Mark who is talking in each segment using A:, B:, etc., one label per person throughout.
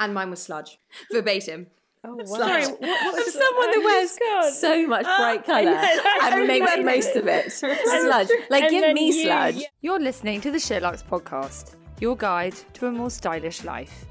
A: And mine was sludge, verbatim.
B: Oh, wow.
A: Sorry,
B: what,
A: Of someone that wears so much
B: Ah,
A: bright colour and makes the most of it. Sludge. Like,
B: and
A: give
B: then
A: me
B: you-
A: sludge.
C: You're listening to the Sherlock's podcast, your guide to a more stylish life.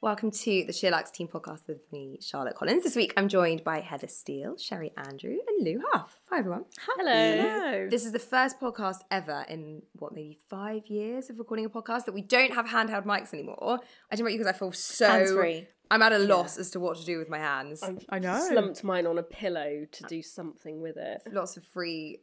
A: Welcome to the Sherlock's Team podcast with me, Charlotte Collins. This week I'm joined by Heather Steele, Sherry Andrew, and Lou Huff. Hi, everyone.
B: Hello.
A: This is the first podcast ever in what maybe five years of recording a podcast that we don't have handheld mics anymore. I don't know about you because I feel so
B: Hands-free.
A: I'm at a loss as to what to do with my hands.
B: I know. Slumped mine on a pillow to do something with it.
A: Lots of free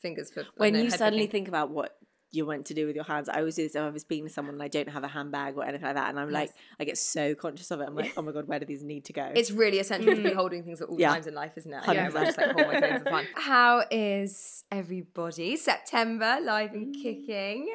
A: fingers for
D: when
A: no,
D: you
A: head
D: suddenly
A: picking.
D: think about what you want to do with your hands, I always do this if I'm speaking to someone and I don't have a handbag or anything like that, and I'm like, I get so conscious of it. I'm like, oh my god, where do these need to go?
A: it's really essential to be holding things at all
D: Yeah.
A: times in life, isn't it? I
D: Hundred
A: know, I just like hold my phone for fun. How is everybody? September live and kicking.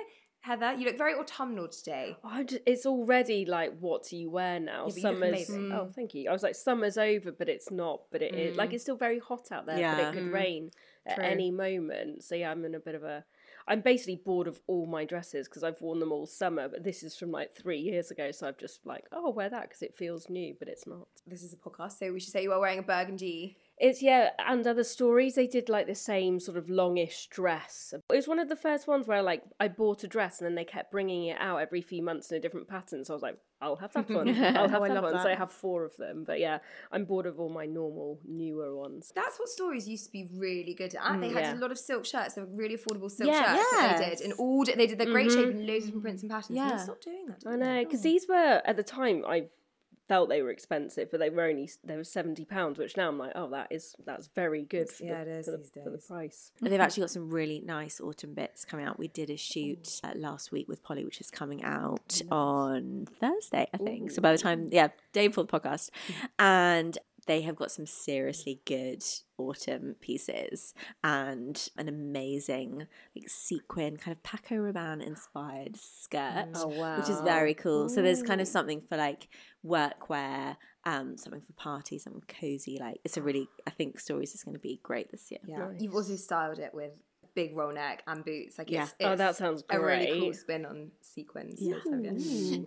A: Heather, you look very autumnal today.
B: I d- it's already like, what do you wear now?
A: Yeah, but you look
B: Summer's.
A: amazing.
B: Oh, thank you. I was like, summer's over, but it's not. But it is. Like, it's still very hot out there, but
D: Yeah.
B: it could rain at any moment. So, yeah, I'm in a bit of a. I'm basically bored of all my dresses because I've worn them all summer, but this is from like three years ago. So I've just like, oh, I'll wear that because it feels new, but it's not.
A: This is a podcast, so we should say you are wearing a burgundy.
B: It's yeah, and other stories. They did like the same sort of longish dress. It was one of the first ones where like I bought a dress and then they kept bringing it out every few months in a different pattern. So I was like, I'll have that one. I'll have
D: Oh, I
B: that
D: love
B: one. So
D: that.
B: I have four of them. But yeah, I'm bored of all my normal newer ones.
A: That's what stories used to be really good at. They had
B: yeah.
A: a lot of silk shirts, they were really affordable silk
B: Yeah.
A: shirts that they
D: Yes.
A: did. And all di- they did the great shape and loads of different prints and patterns. And
D: Yeah.
A: they stopped doing that.
B: I know because these were at the time I felt they were expensive, but they were only they were seventy pounds, which now I'm like, oh, that is that's very good. For
A: Yeah,
B: the,
A: it is
B: for the,
A: these
B: for the
A: days.
B: price.
D: And They've actually got some really nice autumn bits coming out. We did a shoot uh, last week with Polly, which is coming out on Thursday, I think. So by the time, yeah, day before the podcast, and they have got some seriously good autumn pieces and an amazing like sequin kind of Paco Rabanne inspired skirt, which is very cool. So there's kind of something for like workwear. Um, something for parties, something cozy. Like it's a really, I think stories is going to be great this year.
A: Yeah. You've also styled it with big roll neck and boots. Like it's,
B: Oh,
A: it's
B: that sounds
A: a really cool
B: great.
A: spin on sequins. Yeah.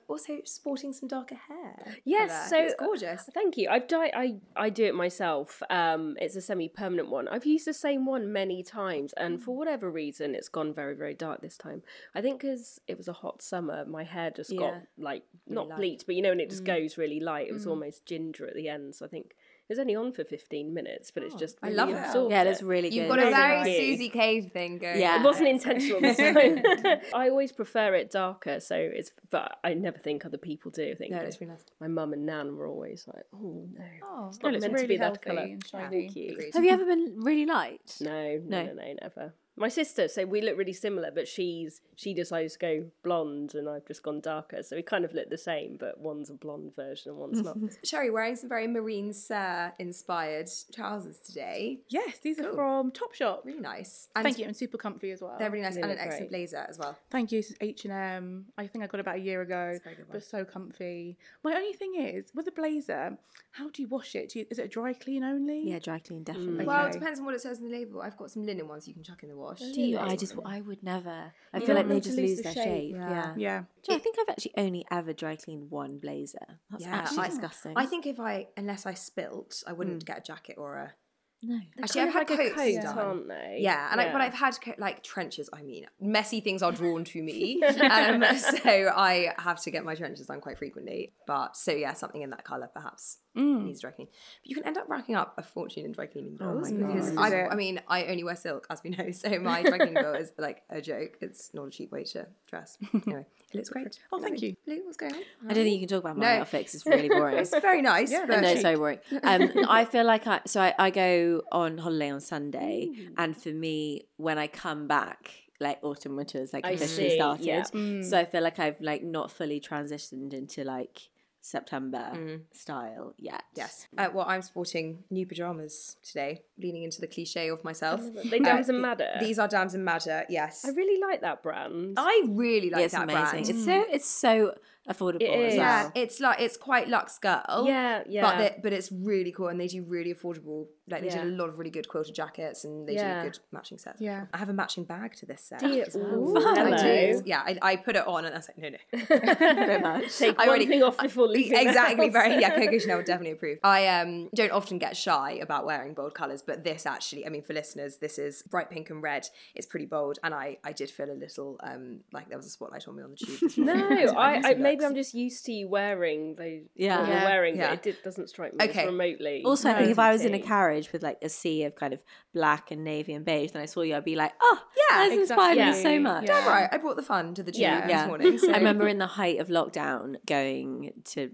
A: Also sporting some darker hair.
B: Yes,
A: Hello.
B: so uh,
A: It's gorgeous.
B: Thank you. I've di- I I do it myself. Um, it's a semi-permanent one. I've used the same one many times,
A: Mm.
B: and for whatever reason, it's gone very very dark this time. I think because it was a hot summer, my hair just got
D: Yeah.
B: like not bleached, but you know, and it just
A: Mm.
B: goes really light. It was almost ginger at the end, so I think it was only on for fifteen minutes, but it's just
A: Oh, I
B: really
A: love it.
B: absorbed
D: Yeah,
B: it.
D: that's really
A: You've
D: good.
A: got a very
B: nice.
A: Susie Cave thing going.
D: Yeah.
A: on.
B: It wasn't intentional this time. I always prefer it darker, so it's. But I never think other people do. I think
A: No, it's really nice.
B: my mum and nan were always like, "Oh no,
E: Oh,
B: it's not meant to be that colour."
E: and shiny.
B: Thank you.
D: Have you ever been really light?
B: No, no, no,
D: No.
B: no, never. My sister, so we look really similar, but she's she decided to go blonde, and I've just gone darker. So we kind of look the same, but one's a blonde version and one's not.
A: Sherry wearing some very Marine Sir inspired trousers today.
E: Yes, these are from Topshop.
A: Really nice. And
E: Thank you, and super comfy as well.
A: They're really nice
B: They
A: and an
B: look
A: excellent
B: great.
A: blazer as well.
E: Thank you. This is H and M. I think I got it about a year ago. but so comfy. My only thing is with a blazer, how do you wash it? Do you, is it a dry clean only?
D: Yeah, dry clean definitely.
A: Well, it depends on what it says on the label. I've got some linen ones you can chuck in the wash.
D: do you? I just, I would never. I
E: don't
D: feel like
E: want
D: they
E: to
D: just
E: lose
D: lose
E: the
D: their
E: shape.
D: shape.
A: Yeah.
D: Yeah.
E: Yeah.
D: Do you- I think I've actually only ever dry cleaned one blazer. That's actually
A: I-
D: disgusting. Mm.
A: I think if I, unless I spilt, I wouldn't get a jacket or a.
D: no.
A: Actually, I've had
B: like a
A: coats
B: coat,
A: done.
B: aren't they?
A: Yeah, and I, but I've had co- like trenches. I mean, messy things are drawn to me, um, so I have to get my trenches done quite frequently. But so yeah, something in that color perhaps needs dry cleaning. But you can end up racking up a fortune in dry cleaning bills because I, I mean, I only wear silk, as we know, so my dry cleaning bill is like a joke. It's not a cheap way to dress. Anyway, it looks great.
E: Oh, thank you.
A: Lou, what's going on?
D: I don't think you can talk about my
A: No.
D: outfits. It's really boring.
A: It's very nice. but
D: Oh, no, so worrying. Um, I feel like
B: Mm.
D: I so I, I go on holiday on Sunday, and for me, when I come back, like autumn winter has like
B: I
D: officially
B: see,
D: started.
B: yeah. Mm.
D: So I feel like I've like not fully transitioned into like September
B: Mm.
D: style yet.
A: Yes. Uh, well, I'm sporting new pajamas today, leaning into the cliche of myself.
B: They Dams and Madder.
A: These Oh, are Dams and Madder, yes.
B: I really like that brand.
A: I really like
D: Yeah, it's
A: that
D: amazing.
A: brand.
D: It's so it's so affordable
B: Mm. It
D: as
B: is.
A: yeah,
D: well.
A: it's like it's quite Lux Girl.
B: Yeah,
A: But
B: yeah.
A: they, but it's really cool, and they do really affordable. Like they
B: Yeah.
A: did a lot of really good quilted jackets, and they
B: Yeah.
A: do good matching sets.
E: Yeah.
A: I have a matching bag to this set.
B: Do you-
A: as well.
B: Ooh,
A: I
B: hello.
A: do. Yeah, I, I put it on, and I was like, no, no.
B: Take
A: I
B: one
A: already-
B: thing off before leaving. the
A: exactly
B: house.
A: very yeah coco chanel would definitely approve i um don't often get shy about wearing bold colors but this actually i mean for listeners this is bright pink and red it's pretty bold and i i did feel a little um like there was a spotlight on me on the tube this
B: No,
A: morning. That's what
B: I, I
A: used to
B: maybe
A: look.
B: I'm just used to you wearing those.
D: Yeah.
B: what you're
D: Yeah.
B: wearing, but
A: Yeah.
B: it did, doesn't strike me
A: Okay.
B: as remotely.
D: Also, I think if I was in a
B: tea.
D: carriage with like a sea of kind of black and navy and beige, then I saw you, I'd be like, oh,
A: Yeah,
D: yeah, that's inspired me
B: exactly.
D: so much.
E: Yeah.
A: All right i brought the fun to the tube
B: Yeah.
A: this
D: Yeah.
A: morning so-
D: I remember in the height of lockdown going to,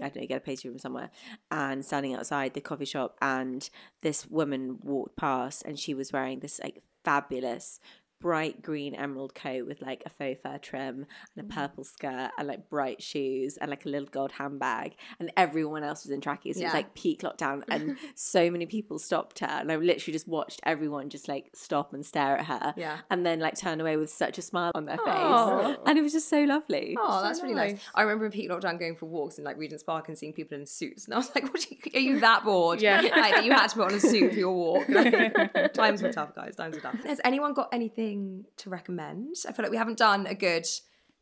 D: I don't know, get a pastry from somewhere and standing outside the coffee shop. And this woman walked past and she was wearing this like fabulous bright green emerald coat with like a faux fur trim
A: Mm.
D: and a purple skirt and like bright shoes and like a little gold handbag and everyone else was in trackies it
A: Yeah.
D: was like peak lockdown and so many people stopped her and I literally just watched everyone just like stop and stare at her
A: Yeah.
D: and then like turn away with such a smile on their face
B: Aw.
D: and it was just so lovely
A: Oh, that's really nice. I remember in peak lockdown going for walks in like Regent's Park and seeing people in suits, and I was like, "What are you, are you that bored?
E: Yeah.
A: like, that you had to put on a suit for your walk. Like, times were tough, guys. Times were tough. Has anyone got anything to recommend? I feel like we haven't done a good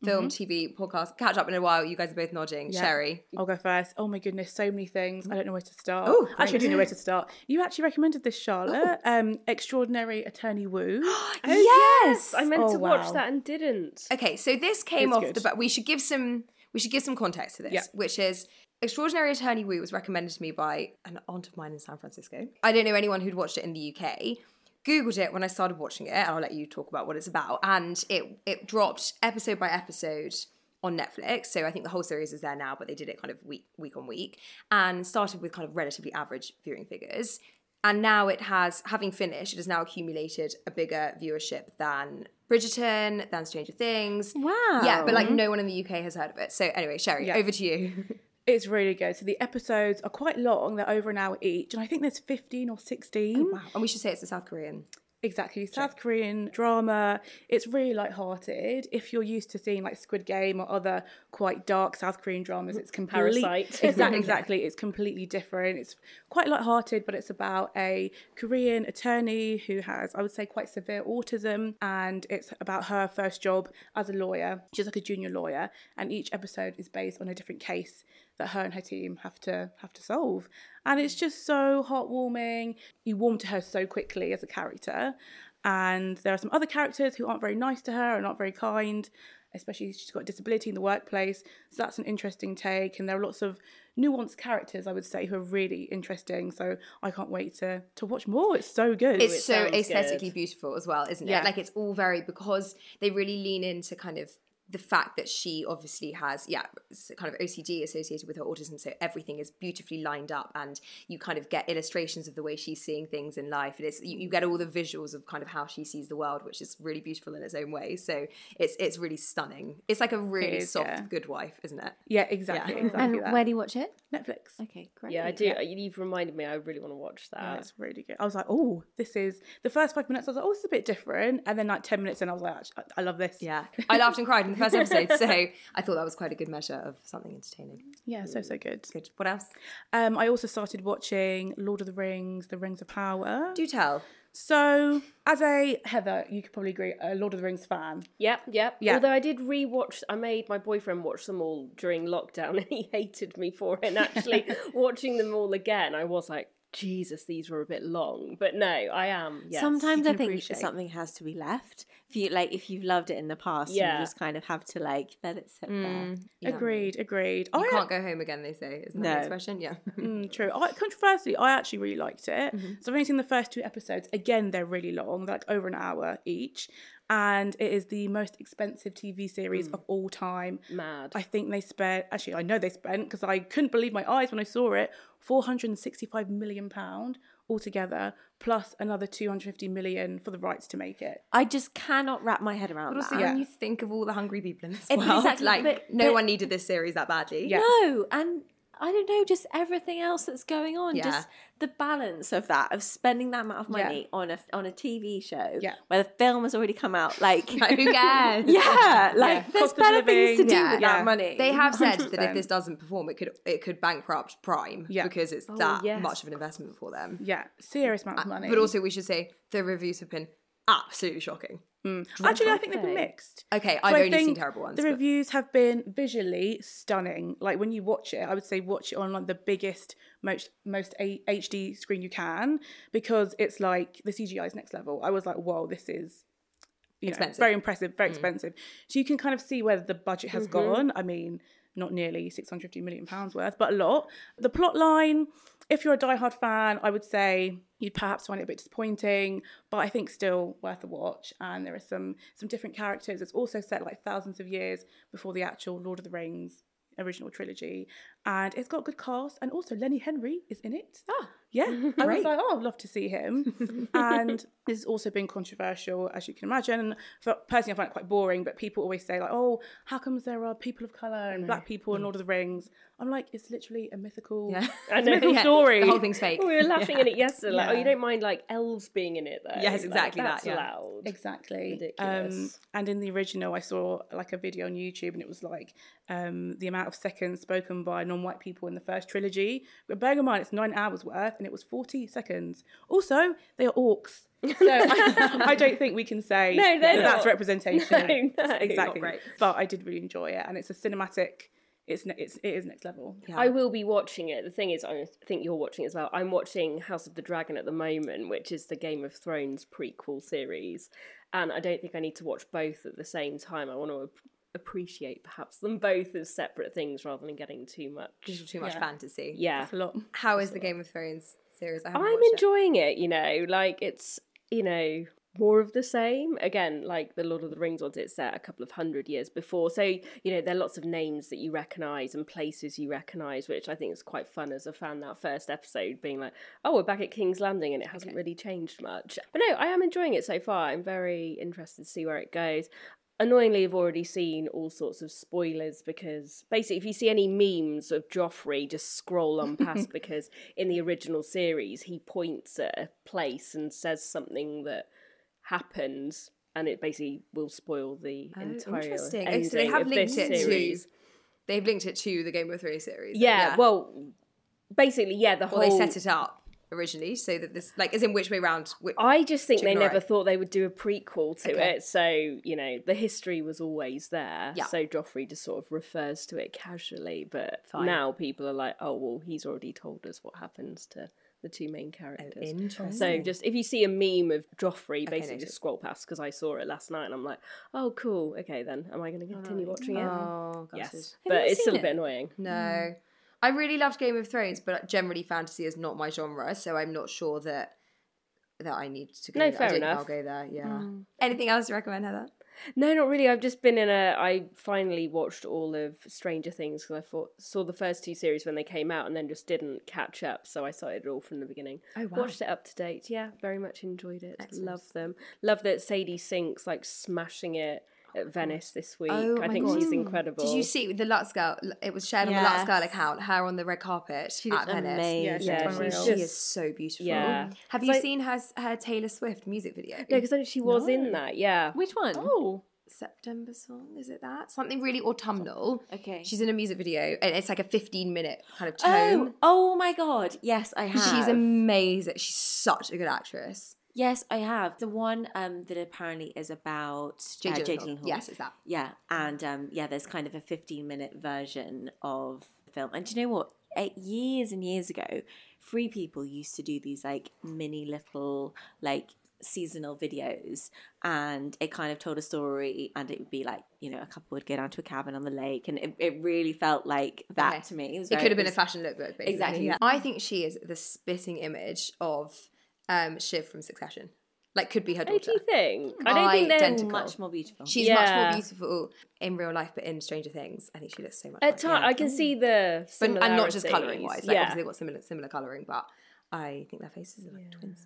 A: film, TV, podcast catch up in a while. You guys are both nodding.
E: Yeah.
A: Sherry,
E: I'll go first. Oh my goodness, so many things. I don't know where to start.
A: Oh,
E: actually, I
A: great.
E: do know where to start. You actually recommended this, Charlotte. Um, Extraordinary Attorney Woo.
B: yes, I meant
E: Oh,
B: to
E: wow.
B: watch that and didn't.
A: Okay, so this came
E: It's
A: off
E: good.
A: the but we should give some we should give some context to this,
E: Yeah.
A: which is Extraordinary Attorney Woo was recommended to me by an aunt of mine in San Francisco. I don't know anyone who'd watched it in the UK. Googled it when I started watching it, and I'll let you talk about what it's about. And it it dropped episode by episode on Netflix. So I think the whole series is there now, but they did it kind of week week on week and started with kind of relatively average viewing figures. And now it has, having finished, it has now accumulated a bigger viewership than Bridgerton, than Stranger Things. Wow. Yeah, but like no one in the UK has heard of it. So anyway, Sherry,
E: Yeah.
A: over to you.
E: It's really good. So the episodes are quite long. They're over an hour each, and I think there's 15 or 16.
A: And we should say it's a South Korean.
E: Exactly. South Korean drama. It's really light-hearted. If you're used to seeing like Squid Game or other quite dark South Korean dramas, it's completely
B: Parasite.
E: exactly, exactly. It's completely different. It's quite light-hearted, but it's about a Korean attorney who has, I would say, quite severe autism, and it's about her first job as a lawyer. She's like a junior lawyer, and each episode is based on a different case that her and her team have to have to solve. And it's just so heartwarming. You warm to her so quickly as a character. And there are some other characters who aren't very nice to her and not very kind, especially she's got a disability in the workplace. So that's an interesting take. And there are lots of nuanced characters, I would say, who are really interesting. So I can't wait to, to watch more. It's so good.
A: It's so
B: sounds
A: aesthetically
B: good.
A: beautiful as well, isn't
E: Yeah.
A: it? Like it's all very, because they really lean into kind of the fact that she obviously has, yeah, s- kind of OCD associated with her autism. So everything is beautifully lined up and you kind of get illustrations of the way she's seeing things in life. And it's, you, you get all the visuals of kind of how she sees the world, which is really beautiful in its own way. So it's, it's really stunning. It's like a really
E: is,
A: soft
E: yeah.
A: good wife, isn't it?
E: yeah, exactly. exactly that.
D: Where do you watch it?
E: Netflix.
D: Okay, great.
B: Yeah, I do. You've reminded me. I really want to watch
E: Yeah,
B: that.
E: it's really good. I was like, oh, this is the first five minutes. I was like, oh, it's a bit different, and then like ten minutes in, I was like, "Actu- I love this.
A: Yeah. I laughed and cried in the first episode. So I thought that was quite a good measure of something entertaining.
E: yeah, so so good.
A: Good. What else?
E: Um, I also started watching Lord of the Rings, The Rings of Power.
A: Do tell.
E: So as a Heather, you could probably agree, a Lord of the Rings fan.
B: Yep, yep.
E: Yeah.
B: Although I did rewatch, I made my boyfriend watch them all during lockdown, and he hated me for it. And actually, watching them all again, I was like, Jesus, these were a bit long. But no, I am. Yes.
D: Sometimes
E: you
D: I
E: can
D: think
E: appreciate.
D: something has to be left. If you like, if you've loved it in the past,
B: Yeah.
D: you just kind of have to like let it sit there.
E: Agreed, agreed.
A: You
E: I
A: can't go home again, they say. Isn't that the
D: No.
A: expression? Yeah.
E: Mm, true. I, controversially, I actually really liked it.
A: Mm-hmm.
E: So I've only seen the first two episodes. Again, they're really long, they're like over an hour each. And it is the most expensive TV series
A: Mm.
E: of all time.
B: Mad.
E: I think they spent, actually, I know they spent because I couldn't believe my eyes when I saw it, £465 million altogether, plus another 250 million for the rights to make it.
D: I just cannot wrap my head around
A: But also,
D: that.
E: Yeah.
A: when you think of all the hungry people in this
D: It-
A: world,
D: exactly,
A: like
D: but-
A: no
D: but-
A: one needed this series that badly.
E: Yeah.
D: No, and I don't know, just everything else that's going on.
A: Yeah.
D: Just the balance of that, of spending that amount of
E: Yeah.
D: money on a on a TV show
E: Yeah.
D: where the film has already come out. Like
A: Like, who cares?
D: Yeah, like
E: Yeah.
D: there's
E: Cost of
D: better things to
E: living.
D: do
A: Yeah.
D: with
E: Yeah.
D: that money.
A: They have said that if
E: 100%.
A: this doesn't perform, it could it could bankrupt Prime
E: Yeah.
A: because it's that
B: yes.
A: much of an investment for them.
E: Yeah, serious amount of money.
A: But also, we should say the reviews have been absolutely shocking.
E: actually, I think they've been mixed.
A: Okay,
E: So
A: I've
E: I
A: only seen
E: think
A: terrible ones.
E: The
A: but-
E: reviews have been visually stunning. Like when you watch it, I would say watch it on like the biggest, most most A- HD screen you can because it's like the CGI is next level. I was like, whoa, this is. You know,
A: Expensive.
E: very impressive, very expensive. So you can kind of see where the budget has gone. I mean, not nearly 650 million pounds worth, but a lot. The plot line, if you're a diehard fan, I would say you'd perhaps find it a bit disappointing, but I think still worth a watch. And there are some some different characters. It's also set like thousands of years before the actual Lord of the Rings original trilogy, and it's got a good cast. And also Lenny Henry is in it. Ah, yeah. I was like, oh, I'd love to see him. and this has also been controversial, as you can imagine. And for, personally, I find it quite boring. But people always say like, oh, how comes there are people of color and black people in Lord of the Rings? I'm like, it's literally a mythical.
A: Yeah.
B: I
E: It's a
B: know.
E: mythical
B: Yeah.
E: story.
A: The whole thing's fake.
B: We were laughing at it yesterday. Like, oh, you don't mind like elves being in it though.
A: Yes, exactly
B: Like,
A: that,
B: that's
A: yeah.
B: allowed.
E: Exactly. Um,
B: Ridiculous.
E: and in the original, I saw like a video on YouTube, and it was like um, the amount of seconds spoken by non-white people in the first trilogy. But bearing in mind, it's nine hours worth, and it was forty seconds. Also, they are orcs, so I, I don't think we can say
B: No, they're
E: that that's
B: not.
E: representation.
B: No, no.
A: Not
E: exactly.
A: great.
E: But I did really enjoy it, and it's a cinematic. It's ne- it's it is next level.
B: I will be watching it. The thing is, I think you're watching it as well. I'm watching House of the Dragon at the moment, which is the Game of Thrones prequel series, and I don't think I need to watch both at the same time. I want to ap- appreciate perhaps them both as separate things rather than getting too much.
A: Too much fantasy.
B: Yeah,
E: It's a lot.
A: How is the Game of Thrones series? I haven't
B: I'm
A: watched it.
B: enjoying it. You know, like it's you know more of the same again like the lord of the rings ones it's set a couple of hundred years before so you know there are lots of names that you recognize and places you recognize which i think is quite fun as a fan that first episode being like oh we're back at king's landing and it hasn't really changed much but no i am enjoying it so far i'm very interested to see where it goes annoyingly have already seen all sorts of spoilers because basically if you see any memes of Joffrey just scroll on past because in the original series he points at a place and says something that happens and it basically will spoil the
A: Oh,
B: entire
A: interesting.
B: ending
A: Oh, so they have
B: of this
A: linked it
B: series.
A: to. They've linked it to the Game of Thrones series.
B: Yeah, well basically yeah the
A: or
B: whole
A: they set it up originally so that this, like, as in which way round? Which,
B: I just think
A: Chicken
B: they
A: or
B: never
A: egg?
B: thought they would do a prequel to
A: Okay.
B: it. So, you know, the history was always there.
A: Yeah.
B: So Joffrey just sort of refers to it casually, but now people are like, oh, well, he's already told us what happens to the two main
A: Oh,
B: characters. So just if you see a meme of Joffrey, basically just scroll past because I saw it last night and I'm like, oh, cool. Okay, then am I going to continue watching it?
A: oh, gosh.
B: yes. Mm. But it's still a bit annoying.
A: No. I really loved Game of Thrones, but generally fantasy is not my genre, so I'm not sure that that I need to go
B: No,
A: there. I
B: fair
A: don't
B: enough. Mm.
A: think I'll go there, yeah. Anything else to recommend, Heather?
B: No, not really. I've just been in a. I finally watched all of Stranger Things because I thought, saw the first two series when they came out and then just didn't catch up. So I started it all from the beginning. Oh, wow. Watched it up to date. Yeah, very much enjoyed it. Love them. Love that Sadie Sinks like smashing it at Venice this week.
A: Oh, my
B: I think
A: God.
B: she's incredible.
A: Did you see the Lutz girl? It was shared on the Lutz
D: Yes.
A: girl account, her on the red carpet at Venice.
D: Amazing.
E: she's
B: Yeah,
E: unreal.
B: she's
A: She
B: just-
A: is so beautiful.
B: Yeah.
A: Have you seen her her Taylor Swift music video?
B: No, because she was in that. Yeah.
D: Which one?
E: Oh,
A: September song, is it that? Something really autumnal.
D: Okay.
A: She's in a music video and it's like a 15 minute kind of
D: Oh,
A: tone.
D: oh my god. Yes, I have.
A: She's amazing. She's such a good actress.
D: Yes, I have. The one um that apparently is about
A: Jay
D: uh, Jay
A: Gyllenhaal.
D: Gyllenhaal.
A: Yes, it's that.
D: Yeah, and um, yeah, there's kind of a 15 minute version of the film. And do you know what? Eh, Years and years ago, Free People used to do these like mini little like seasonal videos, and it kind of told a story, and it would be like you know a couple would go down to a cabin on the lake, and it, it really felt like that
A: Okay.
D: to me. It, was
A: It
D: very-
A: could have been a
D: was-
A: fashion lookbook, basically.
D: Exactly.
A: Yeah. I think she is the spitting image of um, Shiv from Succession. Like, could be her
B: What Oh, do
A: daughter.
B: you think? I don't think they're
A: Identical.
D: much more beautiful.
A: She's much more
B: Yeah.
A: beautiful in real life, but in Stranger Things, I think she looks so much.
B: At
A: like her.
B: time, I can see the
A: but and not just colouring
B: similarities.
A: wise. Like, obviously they've got similar similar colouring, but I think their faces are like twins.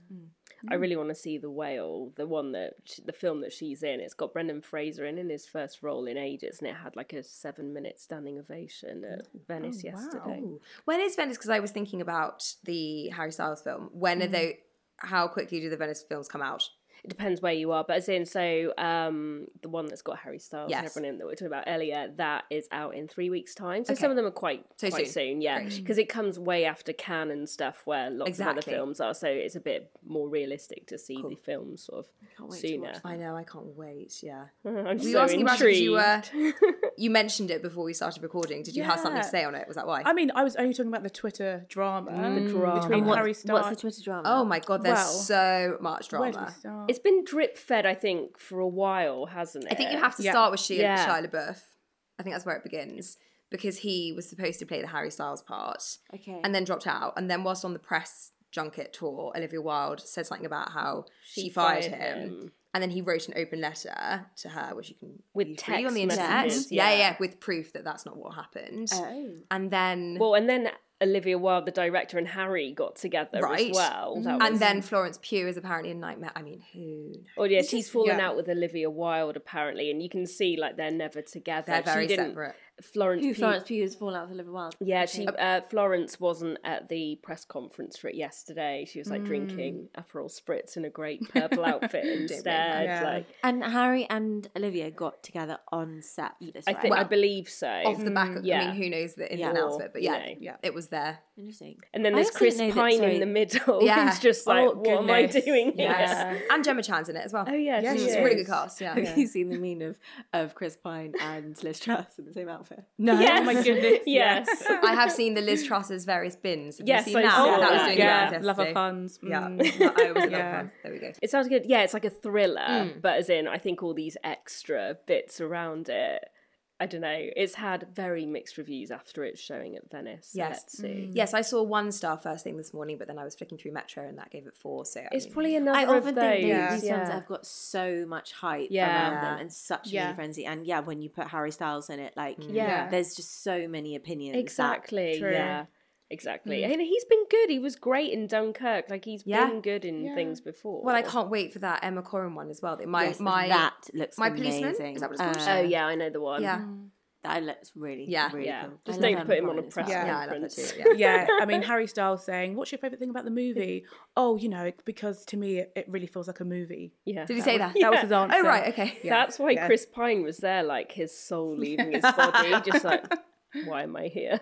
B: I
A: Mm.
B: really want to see the whale, the one that sh the film that she's in. It's got Brendan Fraser in in his first role in ages, and it had like a seven-minute standing ovation at
A: Mm.
B: Venice
A: Oh,
B: yesterday.
A: When is Venice? Because I was thinking about the Harry Styles film. When are
B: Mm-hmm.
A: they? How quickly do the Venice films come out?
B: It depends where you are, but as in, so um, the one that's got Harry Styles and
A: Yes.
B: everyone in that we were talking about earlier, that is out in three weeks' time. So some of them are quite
A: So
B: quite
A: soon.
B: soon, yeah, because it comes way after Cannes and stuff, where lots of
A: Exactly.
B: other films are. So it's a bit more realistic to see the films sort of sooner.
A: I know, I can't wait. Yeah.
B: I'm
A: Were you
B: so
A: asking about it 'cause you were?
B: intrigued.
A: You mentioned it before we started recording. Did you have something to
E: Yeah.
A: say on it? Was that why?
E: I mean, I was only talking about the Twitter drama between
D: What-
E: Harry Styles.
D: What's the Twitter drama?
A: oh my god, there's
E: Well,
A: so much
E: Where do we
A: drama.
E: start?
B: It's been drip fed, I think, for a while, hasn't it?
A: I think you have to
E: Yeah.
A: start with Shia,
B: Yeah.
A: Shia LaBeouf. I think that's where it begins because he was supposed to play the Harry Styles part,
D: Okay.
A: and then dropped out. And then whilst on the press junket tour, Olivia Wilde said something about how she, fired,
B: fired
A: him. And then he wrote an open letter to her, which you can
B: With
A: read freely
B: text
A: on the internet.
B: messages,
A: Yeah.
B: yeah. Oh.
A: yeah, with proof that that's not what happened. and then
B: Well, and then Olivia Wilde, the director, and Harry got together
A: Right.
B: as well. That
A: and
B: was-
A: then Florence Pugh is apparently a nightmare. I mean, who? knows?
B: Oh yeah, she's fallen
E: yeah.
B: out with Olivia Wilde apparently, and you can see like they're never together.
A: They're very
B: she didn't,
A: separate.
B: Florence,
D: Who
B: Pugh,
D: Florence Pugh has fallen out with Olivia Wilde.
B: yeah, she uh, Florence wasn't at the press conference for it yesterday. She was like drinking
D: Mm.
B: Aperol spritz in a great purple outfit instead.
E: Yeah.
B: Like
D: And Harry and Olivia got together on set for this,
B: I
D: right?
B: think I
A: Well,
B: believe so.
A: Off the back, of, I
B: Mm, yeah.
A: mean, who knows the ins
D: Yeah.
A: and outs of it? But yeah,
B: You know.
A: yeah, it was there.
D: Interesting.
B: and then
D: I
B: there's
D: also
B: Chris
D: didn't know that-
B: Pine
D: sorry.
B: in the middle.
A: Yeah.
B: who's just like,
E: Oh,
B: what am I
E: goodness.
B: doing here?
E: Yeah.
A: and Gemma Chan's in it as well.
B: Oh yeah,
E: Yeah,
B: she
E: she
A: it's
B: is.
A: a really good cast. Yeah,
D: Have you seen the meme of, of Chris Pine and Liz Truss in the same outfit?
E: No,
B: Yes.
E: oh my goodness.
B: Yes.
A: I have seen the Liz Truss's various bins. Have
B: Yes,
A: you seen
B: I
A: that?
B: saw
A: that was
B: that.
A: doing
E: yeah,
A: the rounds
E: love of
A: yesterday.
E: puns.
A: Yeah,
E: Mm.
A: I always love
E: Yeah.
A: puns. There we go.
B: It sounds good. Yeah, it's like a thriller,
A: Hmm.
B: but as in, I think all these extra bits around it. I don't know. It's had very mixed reviews after its showing at Venice. so
A: Yes. Hmm.
B: Let's see.
A: Yes, I saw one star first thing this morning, but then I was flicking through Metro and that gave it four. So I
B: It's
A: mean,
B: probably another
D: I
B: of
D: often
B: those.
D: think
B: yeah.
D: that these films have got so much hype
B: Yeah.
D: around them and such a media
E: Yeah.
D: frenzy. And yeah, when you put Harry Styles in it, like
B: Yeah.
D: there's just so many opinions. that-
B: exactly.
E: True.
B: Yeah, exactly. And he's been good. He was great in Dunkirk. Like he's
A: Hmm. Yeah.
B: been good in things before.
A: Well, I can't wait for that Emma Corrin one as well. that My
D: Yes,
A: my
D: that looks
A: my policeman?
D: amazing. Uh,
A: Is that what it's called?
B: Oh yeah, I know the one.
A: yeah,
D: That looks really,
A: Yeah.
D: really
B: yeah.
D: cool.
B: Just
D: I love
B: don't put him
D: Emma
B: on a
D: Corrin as
B: press
E: well.
A: yeah, I love that
B: conference.
A: too. Yeah.
E: yeah, I mean Harry Styles saying, "What's your favorite thing about the movie?" Oh, you know, because to me, it, it really feels like a movie.
B: Yeah.
A: Did he say that?
E: That was his answer.
A: Oh right, okay.
B: That's why Chris Pine was there, like his soul leaving his body, just like, why am I here?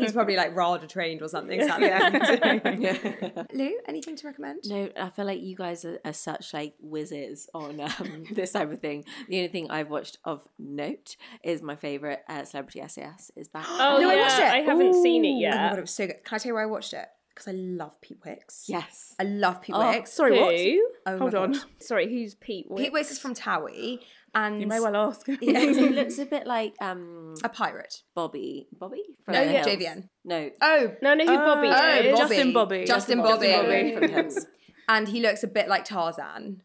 A: He's probably like RADA trained or something. sat there. Lou, anything to recommend?
D: No, I feel like you guys are, are such like whizzes on um, this type of thing. The only thing I've watched of note is my favorite uh, Celebrity SAS is back.
B: Oh,
A: No, I
B: yeah,
A: watched it.
B: I haven't seen it
A: Oh my god,
B: yet.
A: it was so good. Can I tell you why I watched it? Because I love Pete Wicks.
D: yes,
A: I love Pete
D: Oh,
A: Wicks.
E: Sorry, what?
B: Who?
A: Oh
E: Hold
A: my
E: on.
A: God.
B: Sorry, who's Pete? Wicks?
A: Pete Wicks is from Towie and
E: You may well ask.
D: he looks a bit like um,
A: a pirate. Uh,
D: Bobby. Bobby? From
A: No,
D: the
A: yeah.
D: Hills.
A: JVN.
D: No.
A: Oh,
B: No, I know who Bobby
A: oh,
B: is.
A: Bobby.
E: Justin Bobby.
A: Justin
E: Justin
A: Bobby.
D: Bobby from the Hills.
A: And he looks a bit like Tarzan,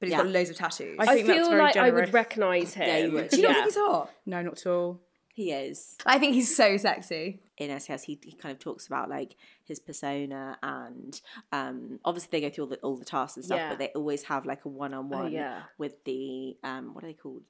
A: but he's
D: Yeah.
A: got loads of tattoos.
E: I
B: I,
E: think that's
B: feel
E: very
B: like I would
E: generous.
B: recognise him.
D: Yeah, you would.
A: Do you not think he's hot?
E: no, not at all.
D: He is.
A: I think he's so sexy.
D: In SAS, he, he kind of talks about like his persona and um, obviously they go through all the, all the tasks and stuff,
B: Yeah.
D: but they always have like a one on
B: Oh,
D: one
B: yeah.
D: with the, um, what are they called?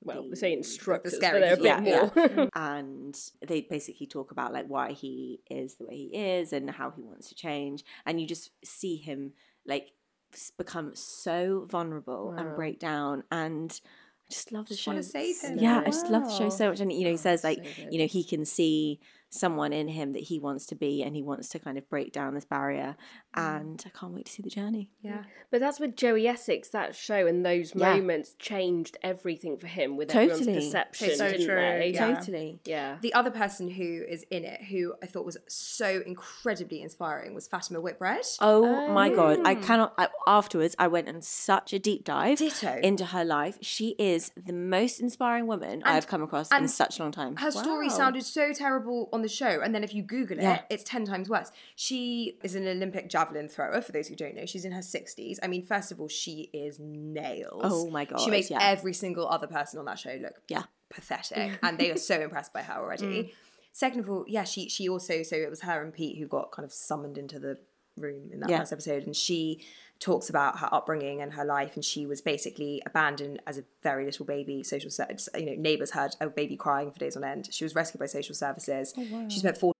B: Well, we say instructors,
A: Mm. The
B: but
A: scary
B: they're a
A: people.
B: bit more.
A: Mm-hmm.
D: and they basically talk about like why he is the way he is and how he wants to change and you just see him like s- become so vulnerable and break down and I just love the show.
A: wanna save him.
D: Yeah, I just love the show so much. And you know, he says like, you know, he can see someone in him that he wants to be, and he wants to kind of break down this barrier.
A: Mm.
D: And I can't wait to see the journey.
A: Yeah.
B: But that's with Joey Essex. That show and those
D: Yeah.
B: moments changed everything for him with
D: Totally.
B: everyone's perception,
E: So
B: didn't
E: true,
B: they?
E: yeah.
D: Totally.
B: Yeah.
A: The other person who is in it, who I thought was so incredibly inspiring, was Fatima Whitbread.
D: Oh my god! I cannot. I, afterwards, I went on such a deep dive
A: Ditto.
D: into her life. She is the most inspiring woman I've come across in
A: and
D: such a long time.
A: Her story sounded so terrible on the show, and then if you Google it,
D: Yeah.
A: it's 10 times worse. She is an Olympic javelin thrower, for those who don't know. She's in her 60s. I mean, first of all, she is nails.
D: Oh my
A: She
D: God,
A: makes
D: yeah.
A: every single other person on that show look
D: Yeah.
A: pathetic, and they are so impressed by her
F: Mm.
A: already. Second of all, yeah, she she also so it was her and Pete who got kind of summoned into the room in that
D: Yeah.
A: first episode, and she talks about her upbringing and her life, and she was basically abandoned as a very little baby. Social, ser- you know, neighbors heard a baby crying for days on end. She was rescued by social services.
F: Oh,
A: She spent four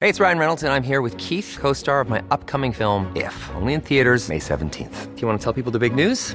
G: Hey, it's Ryan Reynolds, and I'm here with Keith, co star of my upcoming film, If, only in theaters, May 17th. Do you want to tell people the big news?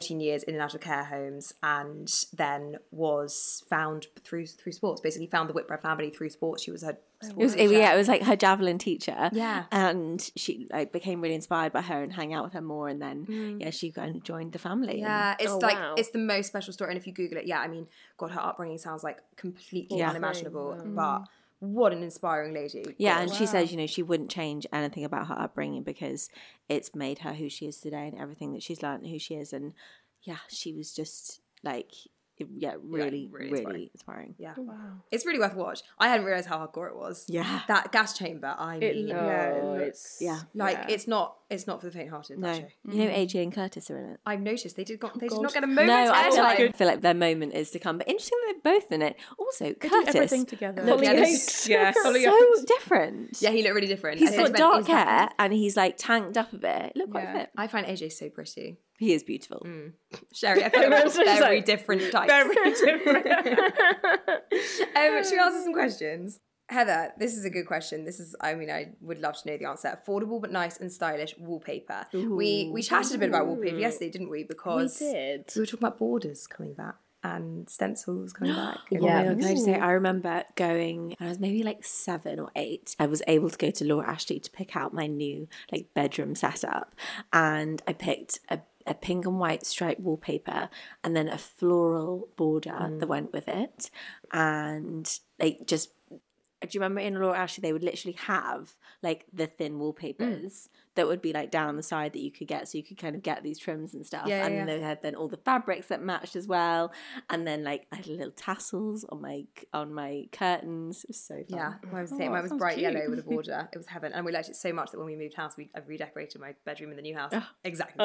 A: 14 years in and out of care homes and then was found through through sports basically found the whitbread family through sports she was her
D: Oh, It was, yeah, it was like her javelin teacher.
A: Yeah.
D: and she like became really inspired by her and hang out with her more, and then yeah, she kind of joined the family. and-
A: Mm. yeah it's
B: Oh,
A: like
B: wow.
A: it's the most special story and if you google it yeah i mean god her upbringing sounds like completely
D: Yeah.
A: unimaginable but what an inspiring lady
D: yeah,
A: God.
D: and she says, you know, she wouldn't change anything about her upbringing because it's made her who she is today, and everything that she's learned, who she is, and yeah, she was just like, yeah, really,
A: really
D: really,
A: inspiring.
D: inspiring.
A: yeah it's really worth a watch i hadn't realized how hardcore it was
D: Yeah.
A: that gas chamber i
E: It,
A: mean
E: yeah, it
B: Oh,
E: looks-
D: Yeah.
A: like
E: yeah.
A: it's not it's not for the faint-hearted
D: No,
A: that show.
D: you
E: Mm.
D: know, AJ and Curtis are in it.
A: i've noticed they did got they did
E: God.
A: not get a
D: Oh, No,
A: moment
D: I feel, like, I
A: airtime.
D: feel like their moment is to come. But interestingly, they're both in it. Also,
E: do
D: Curtis,
E: everything together.
D: looks
A: Polly
B: Oates.
E: yeah, Polly Oates.
D: so different.
A: yeah he looked really different
D: He's
A: And
D: got
A: it's meant-
D: dark
A: he's like-
D: hair and he's like tanked up a bit. Look quite
E: Yeah.
D: fit.
A: I find AJ so pretty.
D: He is beautiful.
A: Sherry, I feel like
B: Everyone's
A: we're
B: just
A: very
B: like,
A: different types.
E: Very different.
A: um, should we answer some questions? Heather, this is a good question. This is, I mean, I would love to know the answer. Affordable but nice and stylish wallpaper. We we chatted a bit about wallpaper yesterday, didn't Mm. we? Because
B: We did.
A: we were talking about borders coming back and stencils coming back. and
D: Yeah.
A: things.
D: can I just say, I remember going, I was maybe like seven or eight. I was able to go to Laura Ashley to pick out my new like bedroom setup. And I picked a, a pink and white striped wallpaper and then a floral border that went with it. And like just, uh, do you remember in Laura Ashley, they would literally have like the thin wallpapers that would be like down the side that you could get. So you could kind of get these trims and stuff.
A: Yeah,
D: and
A: yeah, yeah.
D: they had then all the fabrics that matched as well, and then like I had little tassels on my on my curtains. It was so fun.
A: Yeah, mine was, the same.
E: that
A: mine was
E: sounds
A: bright yellow
E: cute.
A: with a border. It was heaven, and we liked it so much that when we moved house, we I redecorated my bedroom in the new house. Exactly. the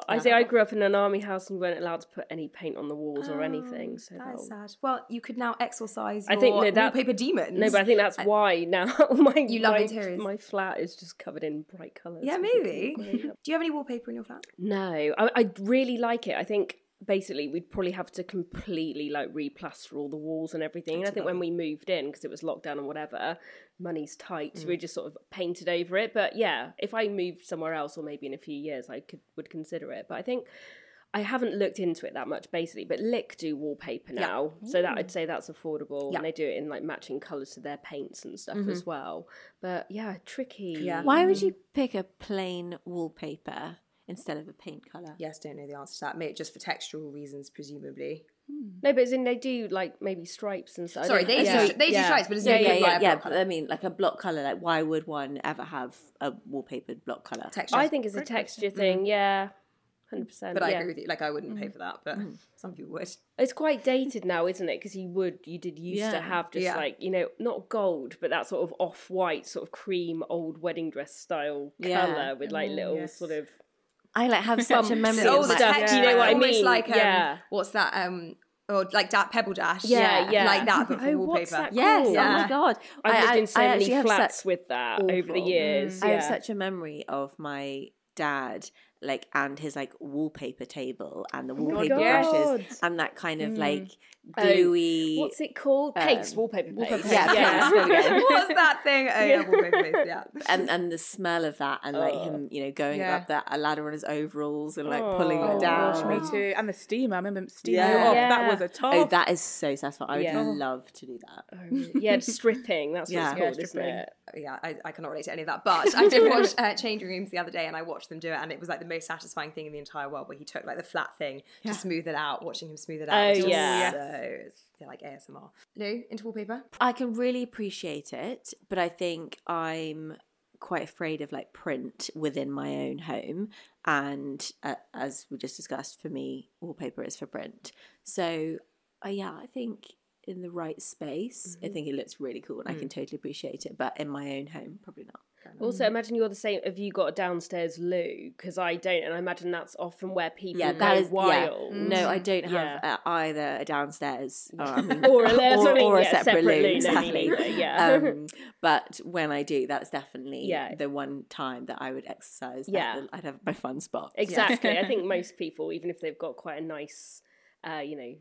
A: same.
B: Uh, I say I grew up in an army house and we weren't allowed to put any paint on the walls or anything. So
A: Oh, That is
B: that-
A: sad. Well, you could now exorcise your
B: I think no, that
A: wallpaper demons.
B: No, but I think that's why now my
A: You love
B: my,
A: interiors.
B: My flat is just covered in bright colours.
A: yeah,
B: I think it's
A: maybe.
B: great.
A: Do you have any wallpaper in your flat?
B: No, I, I really like it. I think basically we'd probably have to completely like replaster all the walls and everything. And I think when we moved in because it was lockdown and whatever, money's tight, so we
A: Mm.
B: just sort of painted over it. But yeah, if I moved somewhere else or maybe in a few years, I could would consider it. But I think. I haven't looked into it that much, basically, but Lick do wallpaper now, so that I'd say that's affordable,
A: Yeah. Mm-hmm.
B: and they do it in like matching colours to their paints and stuff as well. But yeah, tricky.
A: Yeah.
D: Why would you pick a plain wallpaper instead of a paint color?
A: Yes, don't know the answer to that. Maybe just for textural reasons, presumably.
B: No, but as in they do like maybe stripes and stuff. I
A: Sorry,
B: don't-
A: they
B: I
A: do, they do stripes, but it's
D: Yeah,
A: no
D: yeah,
A: good
D: yeah,
A: light
D: yeah.
A: block
D: But I mean, like a block color. Like, why would one ever have a wallpapered block color?
A: texture.
B: I think it's a texture thing. Yeah, hundred percent.
A: but I
B: yeah. Mm-hmm.
A: agree with you. Like, I wouldn't pay for that, but some people would.
B: It's quite dated now, isn't it? Because you would, you did used to
D: Yeah.
B: have just
A: Yeah.
B: like you know, not gold, but that sort of off-white, sort of cream, old wedding dress style
D: Yeah.
B: color with like little sort of.
D: I like have such a memory.
A: All
D: of
A: the
D: my-
B: stuff,
A: texture,
B: you know
A: like,
B: what I
A: almost
B: mean?
A: Like, um,
B: Yeah.
A: what's that? Um, or like that pebble dash.
B: Yeah, yeah.
A: like that, but for
B: Oh,
A: wallpaper.
B: what's that
D: Yes.
B: Cool.
D: Oh
A: Yeah.
D: my god.
B: I've
D: I-
B: lived
D: I-
B: in so
D: I
B: many
D: actually have
B: flats
D: such-
B: with that over the
D: awful.
B: years.
D: I
B: yeah.
D: have such a memory of my dad like and his like wallpaper table and the wallpaper
B: Oh God. Mm.
D: brushes and that kind of like
B: Oh,
D: gluey
B: What's it called? Paste,
D: um,
B: wallpaper paste.
D: wallpaper paste. Yeah,
A: what was that thing? Oh yeah, wallpaper paste, yeah.
D: and and the smell of that and like
B: Oh,
D: him you know going
E: Yeah.
D: up that a ladder on his overalls and like pulling it
B: Oh,
D: down
E: Gosh, me too. And the steamer. I remember steaming
D: Yeah.
E: you off. That
B: Yeah.
E: was a top.
D: oh that is so satisfying I would
B: Yeah.
D: love to do that
B: Oh, yeah, stripping. That's what
D: Yeah.
B: it's
D: Yeah,
B: called, isn't
E: stripping.
B: it?
A: yeah, I, I cannot relate to any of that. But I did watch uh, Changing Rooms the other day, and I watched them do it, and it was like the most satisfying thing in the entire world. Where he took like the flat thing to smooth it out, watching him smooth it out.
B: Oh,
A: was just
B: yeah.
A: so it's yeah, like ASMR. Lou, into wallpaper.
D: I can really appreciate it, but I think I'm quite afraid of like print within my own home. And uh, as we just discussed, for me, wallpaper is for print. So, uh, yeah, I think in the right space, I think it looks really cool and I can totally appreciate it. But in my own home, probably not.
B: Also, imagine you're the same. Have you got a downstairs loo? Because I don't, and I imagine that's often where people
D: Yeah,
B: go
D: that is
B: Mm, wild. Mm.
D: Yeah. No, I don't have
B: Yeah.
D: uh, either a downstairs um, or, I mean,
B: Or a-
D: or,
B: sorry,
D: or a
B: yeah,
D: separate
B: separate
D: loo,
B: loo, no, me
D: exactly.
B: neither, yeah.
D: um, but when I do, that's definitely
B: Yeah.
D: the one time that I would exercise. that
B: Yeah.
D: I'd have my fun spot.
B: Exactly. I think most people, even if they've got quite a nice, uh, you know,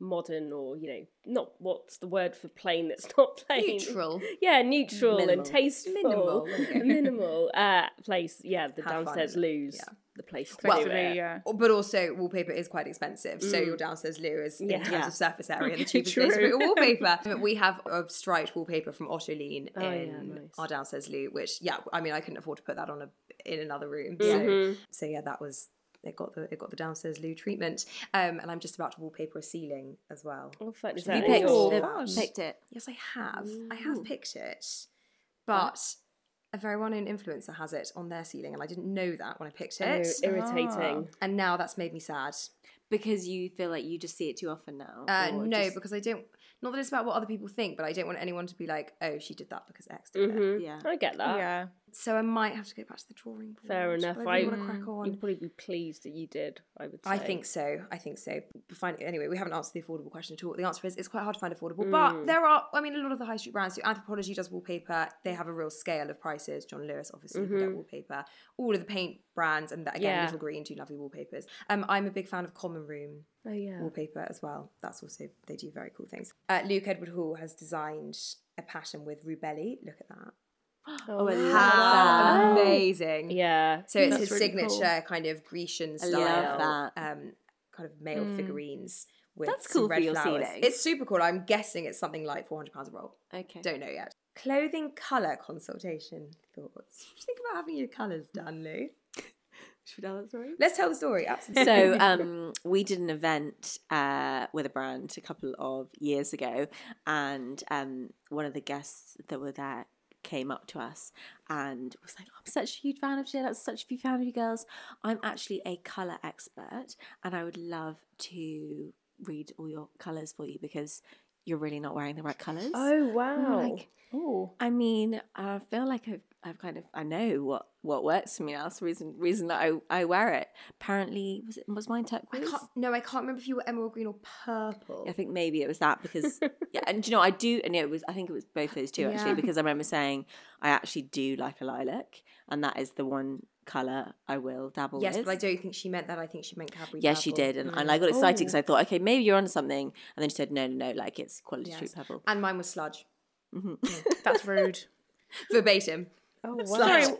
B: modern or you know, not what's the word for plain that's not plain.
A: Neutral.
B: Yeah, neutral and tasteful.
A: Minimal, there you go.
B: Minimal uh, place. Yeah, the
A: Have fun
B: downstairs
A: in it,
B: loo's
A: yeah.
B: the place to
A: Well,
B: do it.
E: yeah.
A: Oh, But also, wallpaper is quite expensive. So your downstairs loo is, in
B: Mm. Yeah.
A: terms
B: Yeah.
A: of surface area, the cheapest place to put your wallpaper. we have a striped wallpaper from Ottolene
B: Oh, yeah,
A: in
B: nice.
A: our downstairs loo, which yeah, I mean, I couldn't afford to put that on a in another room.
B: Mm-hmm.
A: So, so yeah, that was it. Got the it got the downstairs loo treatment, um, and I'm just about to wallpaper a ceiling as well.
B: What the fuck is
D: You
B: that?
D: picked,
B: Oh,
D: the-
A: fun.
D: picked it.
A: Yes, I have. I have picked it, but. A very well-known influencer has it on their ceiling, and I didn't know that when I picked it.
B: irritating.
A: and now that's made me sad.
D: Because you feel like you just see it too often now.
A: Uh,
D: or
A: no,
D: just-
A: because I don't. Not that it's about what other people think, but I don't want anyone to be like, "Oh, she did that because X did it."
B: Mhm.
D: Yeah.
B: I get that.
E: Yeah.
A: So I might have to go back to the drawing board.
B: Fair enough.
A: But I
B: I- Mm.
A: really want to crack
B: You'd
A: on.
B: probably be pleased that you did. I would. Say.
A: I think so. I think so. But Fine. Anyway, we haven't answered the affordable question at all. The answer is it's quite hard to find affordable,
B: Mm.
A: but there are. I mean, a lot of the high street brands. So Anthropology does wallpaper. They have a real scale of prices. John Lewis, obviously, you can get wallpaper. All of the paint brands, and that, again,
B: Mm-hmm. Yeah.
A: Little Green do lovely wallpapers. Um, I'm a big fan of Common Room.
B: Oh yeah.
A: wallpaper as well. That's also they do very cool things. Uh, Luke Edward Hall has designed a pattern with Rubelli. Look at that!
D: Oh, I love that.
A: How amazing!
B: Oh. Yeah.
A: So it's
E: That's
A: his
E: really
A: signature kind of Grecian
D: I love
A: style,
D: that. Mm.
A: Um, kind of male figurines with
D: That's
A: some
D: cool for
A: red
D: your
A: flowers.
D: ceiling.
A: It's super cool. I'm guessing it's something like 400 pounds a roll.
D: Okay.
A: Don't know yet. Clothing color consultation thoughts. What do you think about having your colors done, Lou?
D: Should I tell that story?
A: Let's tell the story. Absolutely.
D: so um, we did an event uh, with a brand a couple of years ago, and um, one of the guests that were there came up to us and was like, "I'm such a huge fan of Sheila. I'm such a huge fan of you girls. I'm actually a color expert, and I would love to read all your colors for you because." You're really not wearing the right colors.
B: Oh wow.
D: I mean, I feel like I've, I've kind of I know what what works for me. now. That's the reason reason that I, I wear it. Apparently, was it was mine
A: I
D: turquoise?
A: can't. No, I can't remember if you were emerald green or purple.
D: I think maybe it was that because yeah, and do you know I do, and it was I think it was both those two actually
A: Yeah.
D: because I remember saying I actually do like a lilac, and that is the one color I will dabble
A: Yes,
D: with.
A: but I don't think she meant that. I think she meant Cadbury.
D: Yes, she
A: Purple.
D: did, and, and I got
A: Oh.
D: excited because I thought, okay, maybe you're onto something. And then she said, no, no, no, like it's quality
A: Yes.
D: street purple.
A: And mine was sludge.
E: That's rude.
A: Verbatim.
B: Oh wow.
A: Sorry, what-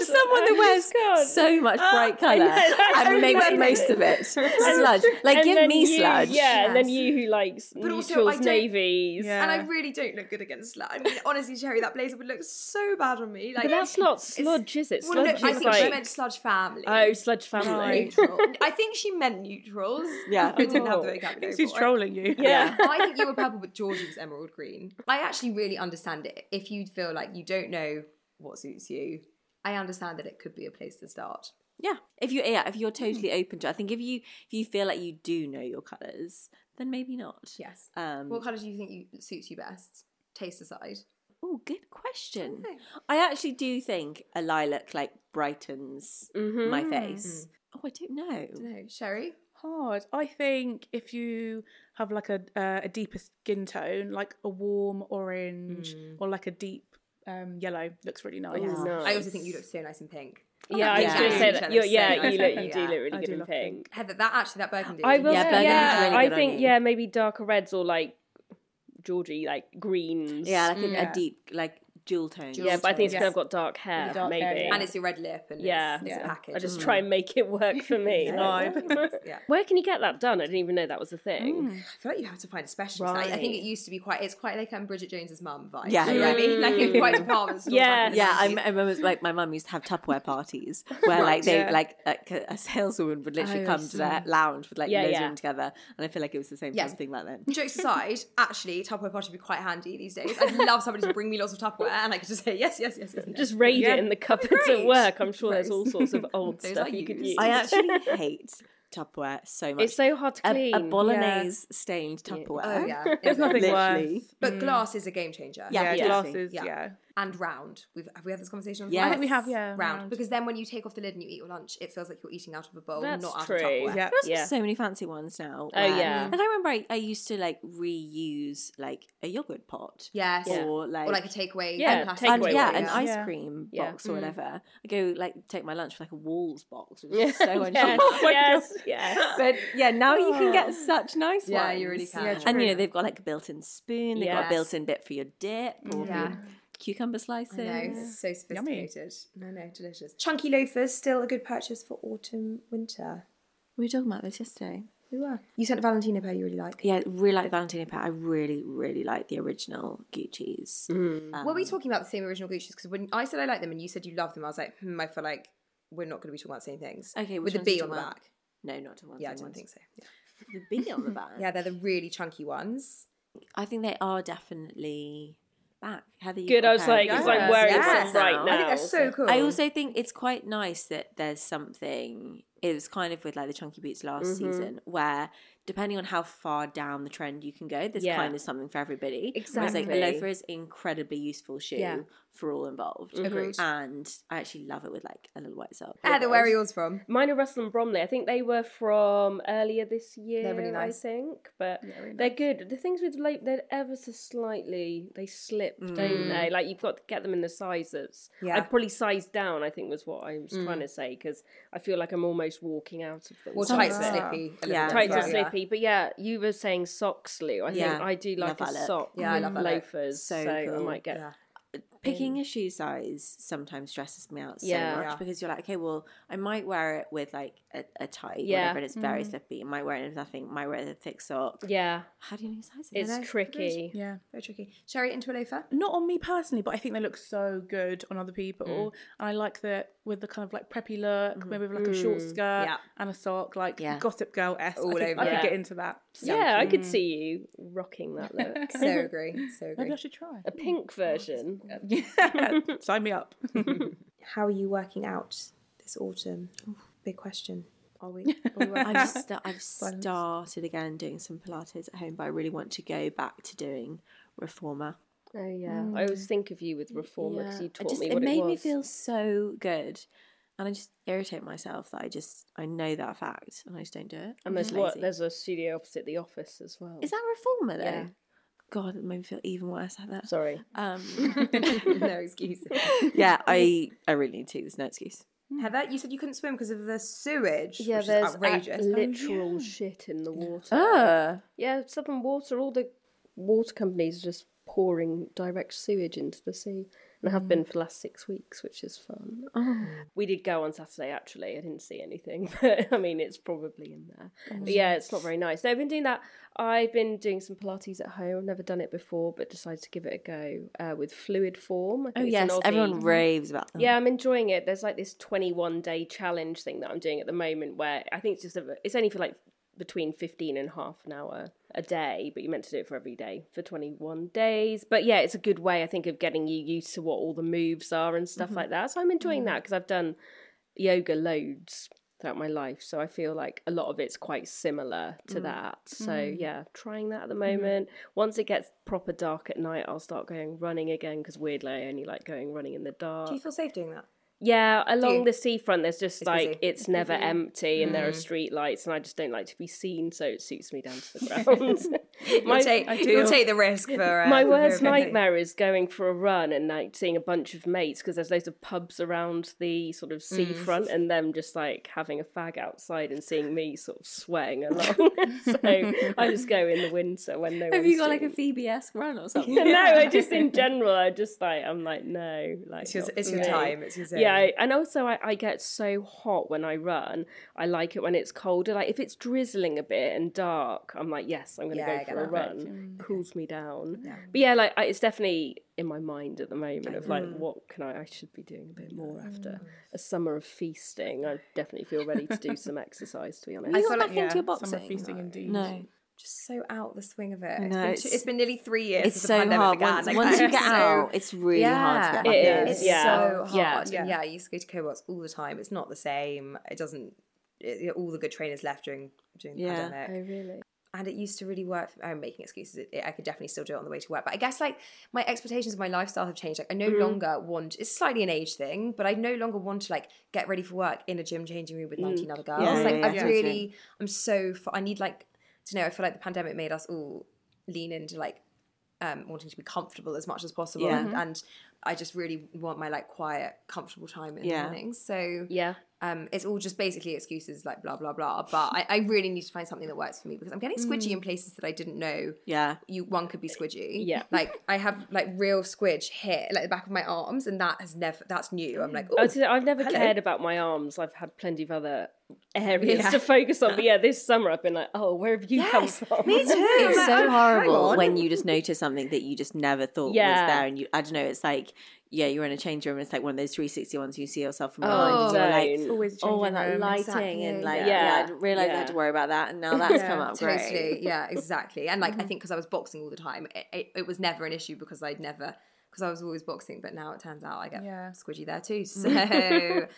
D: Of someone that wears so much
A: Ah,
D: bright colour and makes most of it sludge. Like,
B: And
D: give
B: then
D: me
B: you-
D: sludge.
B: Yeah, and then you who likes
A: But also,
B: neutrals,
A: I don't-
B: navies.
E: Yeah.
A: And I really don't look good against sludge. I mean, honestly, Sherry, that blazer would look so bad on me. Like,
B: But that's not
A: it's-
B: sludge, is it?
A: Well, no,
B: Sludge
A: I
B: is
A: think she
B: like-
A: meant sludge family.
B: Oh, sludge family.
A: neutral. I think she meant neutrals.
D: Yeah.
A: I didn't have the
B: Oh.
A: vocabulary.
E: She's
A: for it.
E: trolling you.
B: Yeah.
A: I think you were purple, but Georgie was emerald green. I actually really understand it. If you feel like you don't know what suits you, I understand that it could be a place to start.
D: Yeah. If you yeah, if you're totally open to I think if you if you feel like you do know your colours, then maybe not.
A: Yes.
D: Um
A: What colour do you think you, suits you best? Taste aside.
D: Oh, good question.
A: Okay.
D: I actually do think a lilac like brightens my face. Oh, I don't know.
A: No, Sherry.
E: Hard. I think if you have like a uh, a deeper skin tone, like a warm orange or like a deep um, yellow, looks really nice.
B: Nice.
A: I also think you look so nice in pink.
B: Yeah, I was
A: Yeah.
B: going to say
A: Each
B: that.
A: other's
B: You're, yeah,
A: so
B: you
A: nice.
B: look, you
A: Yeah.
B: do look really
E: I
B: good
E: do
B: in
E: love
B: pink.
A: Heather, that actually that burgundy.
B: I will.
D: Yeah,
B: Yeah,
D: burgundy's really
B: I
D: good on
B: think
D: you.
B: yeah, maybe darker reds or like Georgie, like greens.
D: Yeah, like a,
E: Yeah.
D: a deep, like jewel tone.
B: yeah, but I think it's because
E: Yes.
B: I've got dark hair,
E: Really dark
B: maybe.
E: hair, yeah.
A: and it's your red lip and
B: Yeah.
A: it's, it's
E: Yeah.
A: a package. Mm.
B: I just try and make it work for me.
D: Mm. Vibe. Mm.
A: Yeah.
B: Where can you get that done? I didn't even know that was a thing.
A: I feel like you have to find a specialist. I, I think it used to be quite. It's quite like um, Bridget Jones's mum vibe.
D: Yeah,
A: you know what I mean, like it was quite department store.
B: Yeah.
A: back in the
D: Yeah, I,
A: 90s.
D: m- I remember like my mum used to have Tupperware parties where like they like, like a a saleswoman would literally
E: Oh,
D: come to their lounge with like
B: Yeah,
D: loads
B: yeah.
D: of them together, and I feel like it was the same
A: Yes.
D: kind of thing back then.
A: Jokes aside, actually, Tupperware party would be quite handy these days. I'd love somebody to bring me lots of Tupperware, and I could just say yes, yes, yes, yes. yes.
B: Just raid
E: Yeah.
B: it in the cupboards at
A: Great.
B: work. I'm sure there's all sorts of old
A: Those
B: stuff
A: I
B: you could
A: use.
B: use.
D: I actually hate Tupperware so much.
B: it's so hard to
D: a,
B: clean.
D: a bolognese stained Tupperware.
A: oh yeah, there's
E: nothing
D: Literally.
E: worse.
B: Mm.
A: But glass is a game changer.
E: Yeah,
D: yeah.
E: glasses.
A: Yeah.
E: Yeah.
A: and round. We've have we had this conversation?
D: Yeah. I think we
E: have, yeah,
A: Round.
E: round.
A: because then when you take off the lid and you eat your lunch, it feels like you're eating out of a bowl,
B: That's
A: not out
B: true.
A: of Tupperware.
E: Yeah.
D: There's
B: Yeah.
D: so many fancy ones now.
B: Oh,
D: where-
B: yeah.
D: Like I remember I, I used to like reuse like a yogurt pot.
A: Yes.
D: Or like,
A: Or like a takeaway.
B: Yeah,
A: and plastic
B: takeaway
D: and,
B: Takeaway
D: yeah,
B: ones.
D: an ice
E: Yeah.
D: cream
B: Yeah. Mm.
D: box or whatever. I go like take my lunch with like a Walls box, which is so uncheap.
B: yes, yes, Oh. yes.
D: But yeah, now you can get such nice
A: Yeah,
D: ones.
A: you really can.
E: Yeah,
D: And you know
E: true.
D: they've got like a built-in spoon. They've got a
A: Yes.
D: built-in bit for your dip or for
A: Yeah.
D: your cucumber slices.
A: I know, it's so sophisticated. No, no, delicious. Chunky loafers, still a good purchase for autumn, winter.
D: We were talking about this yesterday.
A: We were. You sent a Valentina pair you really like.
D: Yeah, I really like Valentino pair. I really, really like the original Gucci's.
B: Mm.
A: were we talking about the same original Gucci's? Because when I said I like them and you said you love them, I was like, hmm, I feel like we're not going to be talking about the same things.
D: Okay,
A: with
D: which
A: the
D: ones are
A: B
D: you
A: on the
D: talking about?
A: back.
D: No, not to one.
A: Yeah, I
D: same
A: didn't
D: ones.
A: think so. Yeah.
D: The B on the back.
A: yeah, they're the really chunky ones.
D: I think they are definitely back. Heather, you
B: Good.
D: got a
B: I was
D: pair of
B: like, because
D: these
B: I'm
D: ones.
B: wearing
A: Yes.
B: one right now.
A: I think they're so cool.
D: I also think it's quite nice that there's something. It was kind of with like the chunky boots last
A: Mm-hmm.
D: season, where depending on how far down the trend you can go, there's
B: Yeah.
D: kind of something for everybody. Whereas, like the
B: Exactly.
D: loafer is incredibly useful shoe
A: Yeah.
D: for all involved.
A: Agreed.
D: And I actually love it with like a little white sock.
A: Heather, where are yours from?
B: Mine are Russell and Bromley. I think they were from earlier this year.
A: really nice.
B: I think, but they're good. The things with late, they're ever so slightly they slip, don't they? Like you've got to get them in the sizes.
A: Yeah.
B: I probably sized down. I think was what I was trying to say because I feel like I'm almost walking out of them.
A: Well,
B: Tight
A: tights and slippy. a little
D: Yeah.
A: bit as
B: Tights
A: well,
B: are
A: yeah.
B: slippy, but yeah, you were saying socks, Lou. I
D: Yeah.
B: think I do
D: Love
B: like a
D: that look.
B: sock.
A: Yeah, I
B: with
A: love that look.
B: loafers, so,
D: So
B: I
D: cool.
B: might get.
A: Yeah.
D: picking a shoe size sometimes stresses me out so
B: Yeah.
D: much
A: Yeah.
D: because you're like, okay, well, I might wear it with like a, a tight,
B: Yeah.
D: whatever, and it's very slippy. I might wear it with nothing. might wear it with a thick sock.
B: Yeah,
D: How do you know your sizes?
B: it's
D: I know.
B: tricky.
E: Yeah.
A: Very tricky. Sherry, into a loafer?
E: Not on me personally, but I think they look so good on other people. And I like that with the kind of like preppy look, maybe with like a short skirt
A: Yeah.
E: and a sock, like
D: Yeah.
E: gossip girl esque. I,
A: All
E: think
A: over
E: I could
B: it.
E: get into that.
B: yeah, I could see you rocking that look.
A: So agree. So
E: Maybe I
A: agree.
E: should try.
B: a pink version.
E: Yeah. Sign me up.
A: How are you working out this autumn? Big question. Are we? Are we
D: I've,
A: working out?
D: just, I've started again doing some Pilates at home, but I really want to go back to doing reformer.
B: Oh yeah, I always think of you with reformer
D: Yeah.
B: because Uh, you
D: I
B: taught
D: just-
B: me what it,
D: made
B: was.
D: me feel so good. And I just irritate myself that I just, I know that fact and I just don't do it.
B: And
D: I'm
B: there's
D: just
B: what
D: lazy.
B: there's a studio opposite the office as well.
D: Is that reformer though?
B: Yeah.
D: God, it made me feel even worse at that.
B: sorry?
D: Um,
A: no excuses.
D: yeah, I I really need to. There's no excuse.
A: Heather, you said you couldn't swim because of the sewage.
B: Yeah,
A: which
B: there's
A: is
B: outrageous. Oh,
A: outrageous.
B: literal shit in the water.
D: Uh,
B: Yeah, Southern Water. All the water companies are just pouring direct sewage into the sea, and have
D: Mm.
B: been for the last six weeks, which is fun.
D: Oh.
B: We did go on Saturday. Actually, I didn't see anything, but I mean, it's probably in there. But yeah, it's not very nice. No, I've been doing that. I've been doing some Pilates at home. I've never done it before, but decided to give it a go uh, with fluid form. I think
D: oh
B: it's an
D: yes,
B: Aussie-
D: everyone raves about them.
B: yeah, I'm enjoying it. There's like this 21 day challenge thing that I'm doing at the moment where I think it's just a, it's only for like between 15 and half an hour a day, but you're meant to do it for every day for 21 days. But yeah, it's a good way I think of getting you used to what all the moves are and stuff like that. So I'm enjoying that because I've done yoga loads throughout my life, so I feel like a lot of it's quite similar to that. So yeah, trying that at the moment. Once it gets proper dark at night, I'll start going running again because weirdly I only like going running in the dark.
A: Do you feel safe doing that?
B: Yeah, along
A: you?
B: the seafront, there's just like
A: busy. Mm-hmm. Mm.
B: it's never empty, and there are street lights, and I just don't like to be seen, so it suits me down to the ground. My-
A: You'll take,
E: I do.
A: you'll take the risk for uh,
B: My
A: for
B: worst
A: a picnic.
B: nightmare is going for a run and like seeing a bunch of mates because there's loads of pubs around the sort
A: Mm.
B: of seafront and them just like having a fag outside and seeing me sort of sweating along. so I just go in the winter when no
D: Have
B: one's
D: you got like a
B: doing-
D: Phoebe esque run or something?
B: no, I just in general, I just like I'm like no, like
A: It's your,
B: not
A: it's
B: for
A: your
B: me.
A: time. It's your zone.
B: Yeah, I, and also I, I get so hot when I run. I like it when it's colder. Like if it's drizzling a bit and dark, I'm like, yes, I'm going to
A: Yeah, I
B: go
A: get
B: for a
A: that.
B: run. Cools me down. But yeah, like I, it's definitely in my mind at the moment of like, what can I? I should be doing a bit more after
A: Mm.
B: a summer of feasting. I definitely feel ready to do some exercise. To be honest,
D: You got back into your
E: Summer
D: boxing.
E: feasting indeed.
D: No,
A: just so out the swing of it.
D: know,
A: it's, been,
D: it's-
A: two- it's been nearly three years.
D: it's
A: since
D: so
A: the pandemic
D: hard.
A: Began,
D: Once,
A: like,
D: once you
A: it's
D: get
A: so-
D: out, it's really hard to get
B: It
D: back in.
B: is,
A: It's
B: yeah.
A: so hard.
B: Yeah.
A: Yeah.
E: Yeah.
A: I used to go to cohorts all the time. It's not the same. It doesn't. It, you know, all the good trainers left during during the
D: Yeah.
A: pandemic.
B: oh really?
A: and it used to really work. For, I'm making excuses. It, it- I could definitely still do it on the way to work, but I guess like my expectations of my lifestyle have changed. Like I no
B: Mm.
A: longer want. It's slightly an age thing, but I no longer want to like get ready for work in a gym changing room with
B: Mm.
A: 19 other girls.
D: Yeah,
A: like
D: yeah,
A: I've
D: yeah.
A: really, I'm so. F- I need like to know. I feel like the pandemic made us all lean into like um, wanting to be comfortable as much as possible,
D: Yeah.
A: and, and I just really want my like quiet, comfortable time in the
D: Yeah.
A: mornings. So
B: Yeah.
A: um, it's all just basically excuses like blah blah blah. But I, I really need to find something that works for me because I'm getting squidgy in places that I didn't know.
D: Yeah.
A: You one could be squidgy.
B: Yeah.
A: Like I have like real squidge here, like the back of my arms, and that has never that's new. I'm like,
B: I
A: oh
B: was gonna say, I've never
A: hello.
B: cared about my arms. I've had plenty of other areas
A: Yeah.
B: to focus on. But yeah, this summer I've been like, oh, where have you come from?
A: me too. I'm
D: It's
A: like, oh,
D: so
A: hang
D: horrible
A: on.
D: when you just notice something that you just never thought
B: Yeah.
D: was there, and you I don't know. It's like yeah, you're in a change room. and It's like one of those 360 ones you see yourself from behind.
B: Oh,
D: and you're like,
B: zone.
E: Always a
D: oh,
E: changing
D: and that
E: room.
D: lighting
A: Exactly,
D: and like
B: yeah.
D: yeah,
B: Yeah.
D: I didn't realize I had to
B: Yeah.
D: worry about that, and now that's come up great.
A: Totally. Yeah, exactly. And like I think because I was boxing all the time, it, it, it was never an issue because I'd never because I was always boxing. But now it turns out I get
E: Yeah.
A: squidgy there too.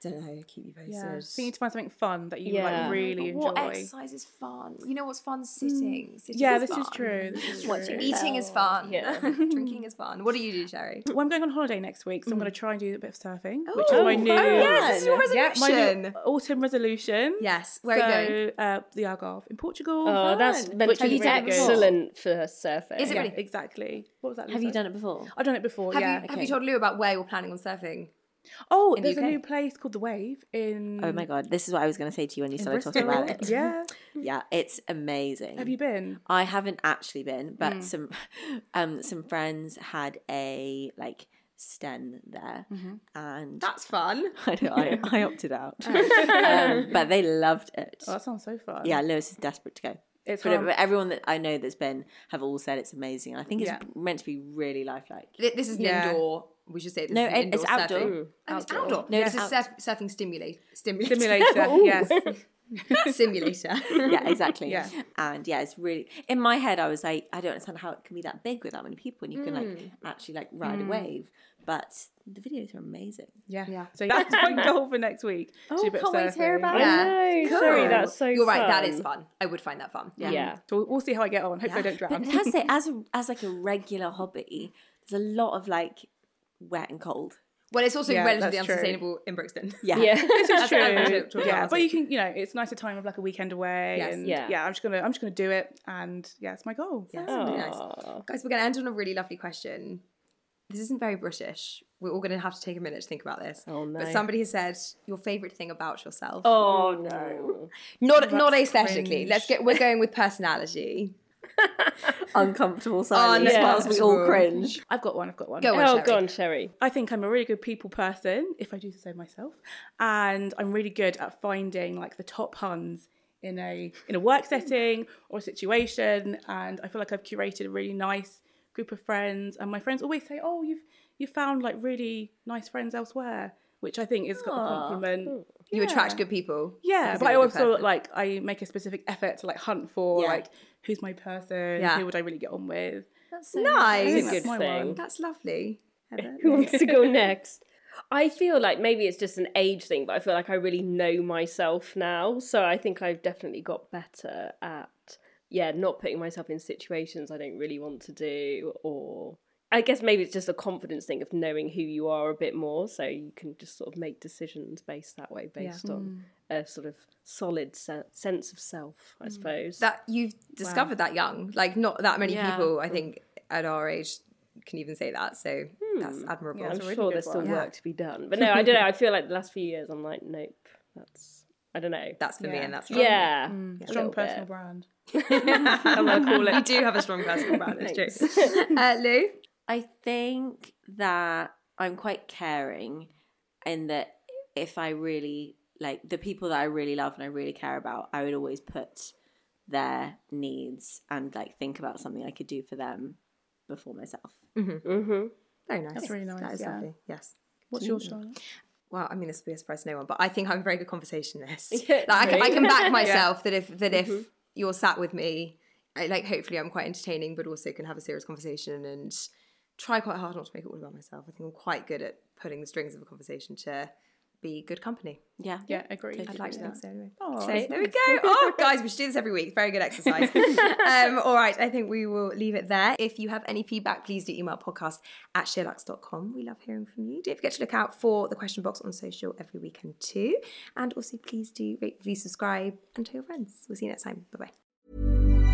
A: So don't know. Keep you posted.
E: Yeah. So you need to find something fun that you
B: Yeah.
E: like really
A: But What
E: enjoy.
A: exercise is fun? You know what's fun? Sitting. Sitting
E: Yeah,
A: is
E: this is
A: fun.
E: true. This is true.
A: Eating is fun.
B: Yeah.
A: Drinking is fun. What do you do, Sherry?
E: Well, I'm going on holiday next week, so I'm going to try and do a bit of surfing,
A: Mm.
E: which
A: Oh,
E: is my new
A: oh, yes, this is your
E: Yeah, my new
A: resolution.
E: autumn resolution.
A: Yes. Where
E: so,
A: are you going?
E: Uh, the Algarve in Portugal.
B: Oh, that's meant
E: Which
B: to
E: is
B: be
E: really good.
B: excellent for surfing.
A: Is it
E: Yeah,
A: really?
E: exactly. What was that?
D: Have you done it before?
E: I've done it before.
A: Have,
E: yeah.
A: you, have you told Lou about where you're planning on surfing?
E: oh,
A: in the
E: there's a
A: UK?
E: new place called the Wave in.
D: Oh my god, this is what I was going to say to you when you started talking
E: Bristol.
D: about it.
E: Yeah.
D: Yeah, it's amazing.
E: Have you Mm. been?
D: I haven't actually been, but some um some friends had a like sten there,
E: Mm-hmm.
D: and
A: That's fun.
D: I, know, I, I opted out, um, but they loved it.
E: Oh, that sounds so fun.
D: Yeah, Lewis is desperate to go.
E: It's
D: But
E: hard.
D: but everyone that I know that's been have all said it's amazing. I think it's
E: Yeah.
D: meant to be really lifelike.
A: Th- This is an
E: Yeah.
A: indoor. We should say this
D: No,
A: is an
D: it- it's
A: indoor
D: outdoor.
A: surfing.
D: Mm.
A: Oh, it's outdoor.
D: No,
A: this
D: it's
A: is surf- surfing stimulate stimulator.
E: Simulator.
D: Oh.
E: yes.
A: Simulator.
D: yeah, exactly.
E: Yeah.
D: And yeah, it's really in my head I was like, I don't understand how it can be that big with that many people and you can like actually like ride a wave. But the videos are amazing.
E: Yeah. So that's my goal for next week. Oh,
D: can't wait to hear about it.
A: Yeah.
B: I know. Sorry, that's so
A: You're right. That is
B: fun.
A: fun. I would find that fun.
B: Yeah.
E: So we'll- we'll see how I get on. Hopefully, I don't drown.
D: But it has to say, as a, as like a regular hobby, there's a lot of like wet and cold.
A: Well, it's also
E: Yeah,
A: relatively
E: that's true.
A: unsustainable in Brixton.
D: Yeah.
B: Yeah.
E: It's
A: what I'm talking
E: true.
A: about.
E: Yeah, but you can, you know, it's nice a time of like a weekend away,
A: Yes.
E: and
B: Yeah.
E: yeah. I'm just gonna, I'm just gonna do it, and yeah, it's my goal. Yeah.
A: Really nice. Guys, we're going to end on a really lovely question. This isn't very British. We're all going to have to take a minute to think about this. Oh, no. But somebody has said your favorite thing about yourself.
B: Oh no.
A: not not aesthetically. Let's get. We're going with personality.
D: Uncomfortable silence
A: Yeah.
D: whilst we all
A: Uncomfortable.
D: cringe.
E: I've got one. I've got one. Um,
A: Go on,
B: Oh,
A: Sherry.
B: go on, Sherry.
E: I think I'm a really good people person, if I do say so myself, and I'm really good at finding like the top huns in a in a work setting or a situation, and I feel like I've curated a really nice group of friends, and my friends always say, "Oh, you've you found like really nice friends elsewhere," which I think is got a compliment.
A: You attract good people.
E: Yeah,
A: because
E: but I
A: you're a good
E: also
A: person.
E: like I make a specific effort to like hunt for
D: Yeah.
E: like who's my person,
A: Yeah.
E: who would I really get on with.
A: nice.
B: It's a good
E: my
B: thing.
E: one.
A: That's lovely.
B: Who wants to go next? I feel like maybe it's just an age thing, but I feel like I really know myself now. So I think I've definitely got better at yeah, not putting myself in situations I don't really want to do or I guess maybe it's just a confidence thing of knowing who you are a bit more, so you can just sort of make decisions based that way, based on a sort of solid se- sense of self, I suppose.
A: that you've discovered that young. Like not that many people, I think, at our age can even say that. So that's admirable.
B: Hmm. I'm sure there's still work to be done, but no, I don't know. I feel like the last few years, I'm like, nope, that's I don't know.
A: That's for me, and that's
B: yeah, a
E: Strong
B: little
E: personal
B: bit.
E: brand.
A: I'm gonna call it. You do have a strong personal brand. It's true. Uh, Lou,
D: I think that I'm quite caring and that if I really like the people that I really love and I really care about, I would always put their needs and like think about something I could do for them before myself.
A: very nice.
E: That's really nice,
A: That is
E: yeah.
A: lovely. Yes.
E: What's your Charlotte?
A: Well, I mean, this will be a surprise to no one, but I think I'm a very good conversationist. like, I, can, I can back myself that if that
E: Mm-hmm.
A: if you're sat with me, I, like hopefully I'm quite entertaining, but also can have a serious conversation and try quite hard not to make it all about myself. I think I'm quite good at pulling the strings of a conversation to be good company.
D: Yeah.
E: Yeah, agreed.
A: I'd like to think so anyway.
E: Oh,
A: so
E: that's
A: there we go. Oh, guys, we should do this every week. Very good exercise. um, all right, I think we will leave it there. If you have any feedback, please do email podcast at sherlux.com. We love hearing from you. Don't forget to look out for the question box on social every weekend too. And also please do rate, review, subscribe, and tell your friends. We'll see you next time. Bye-bye.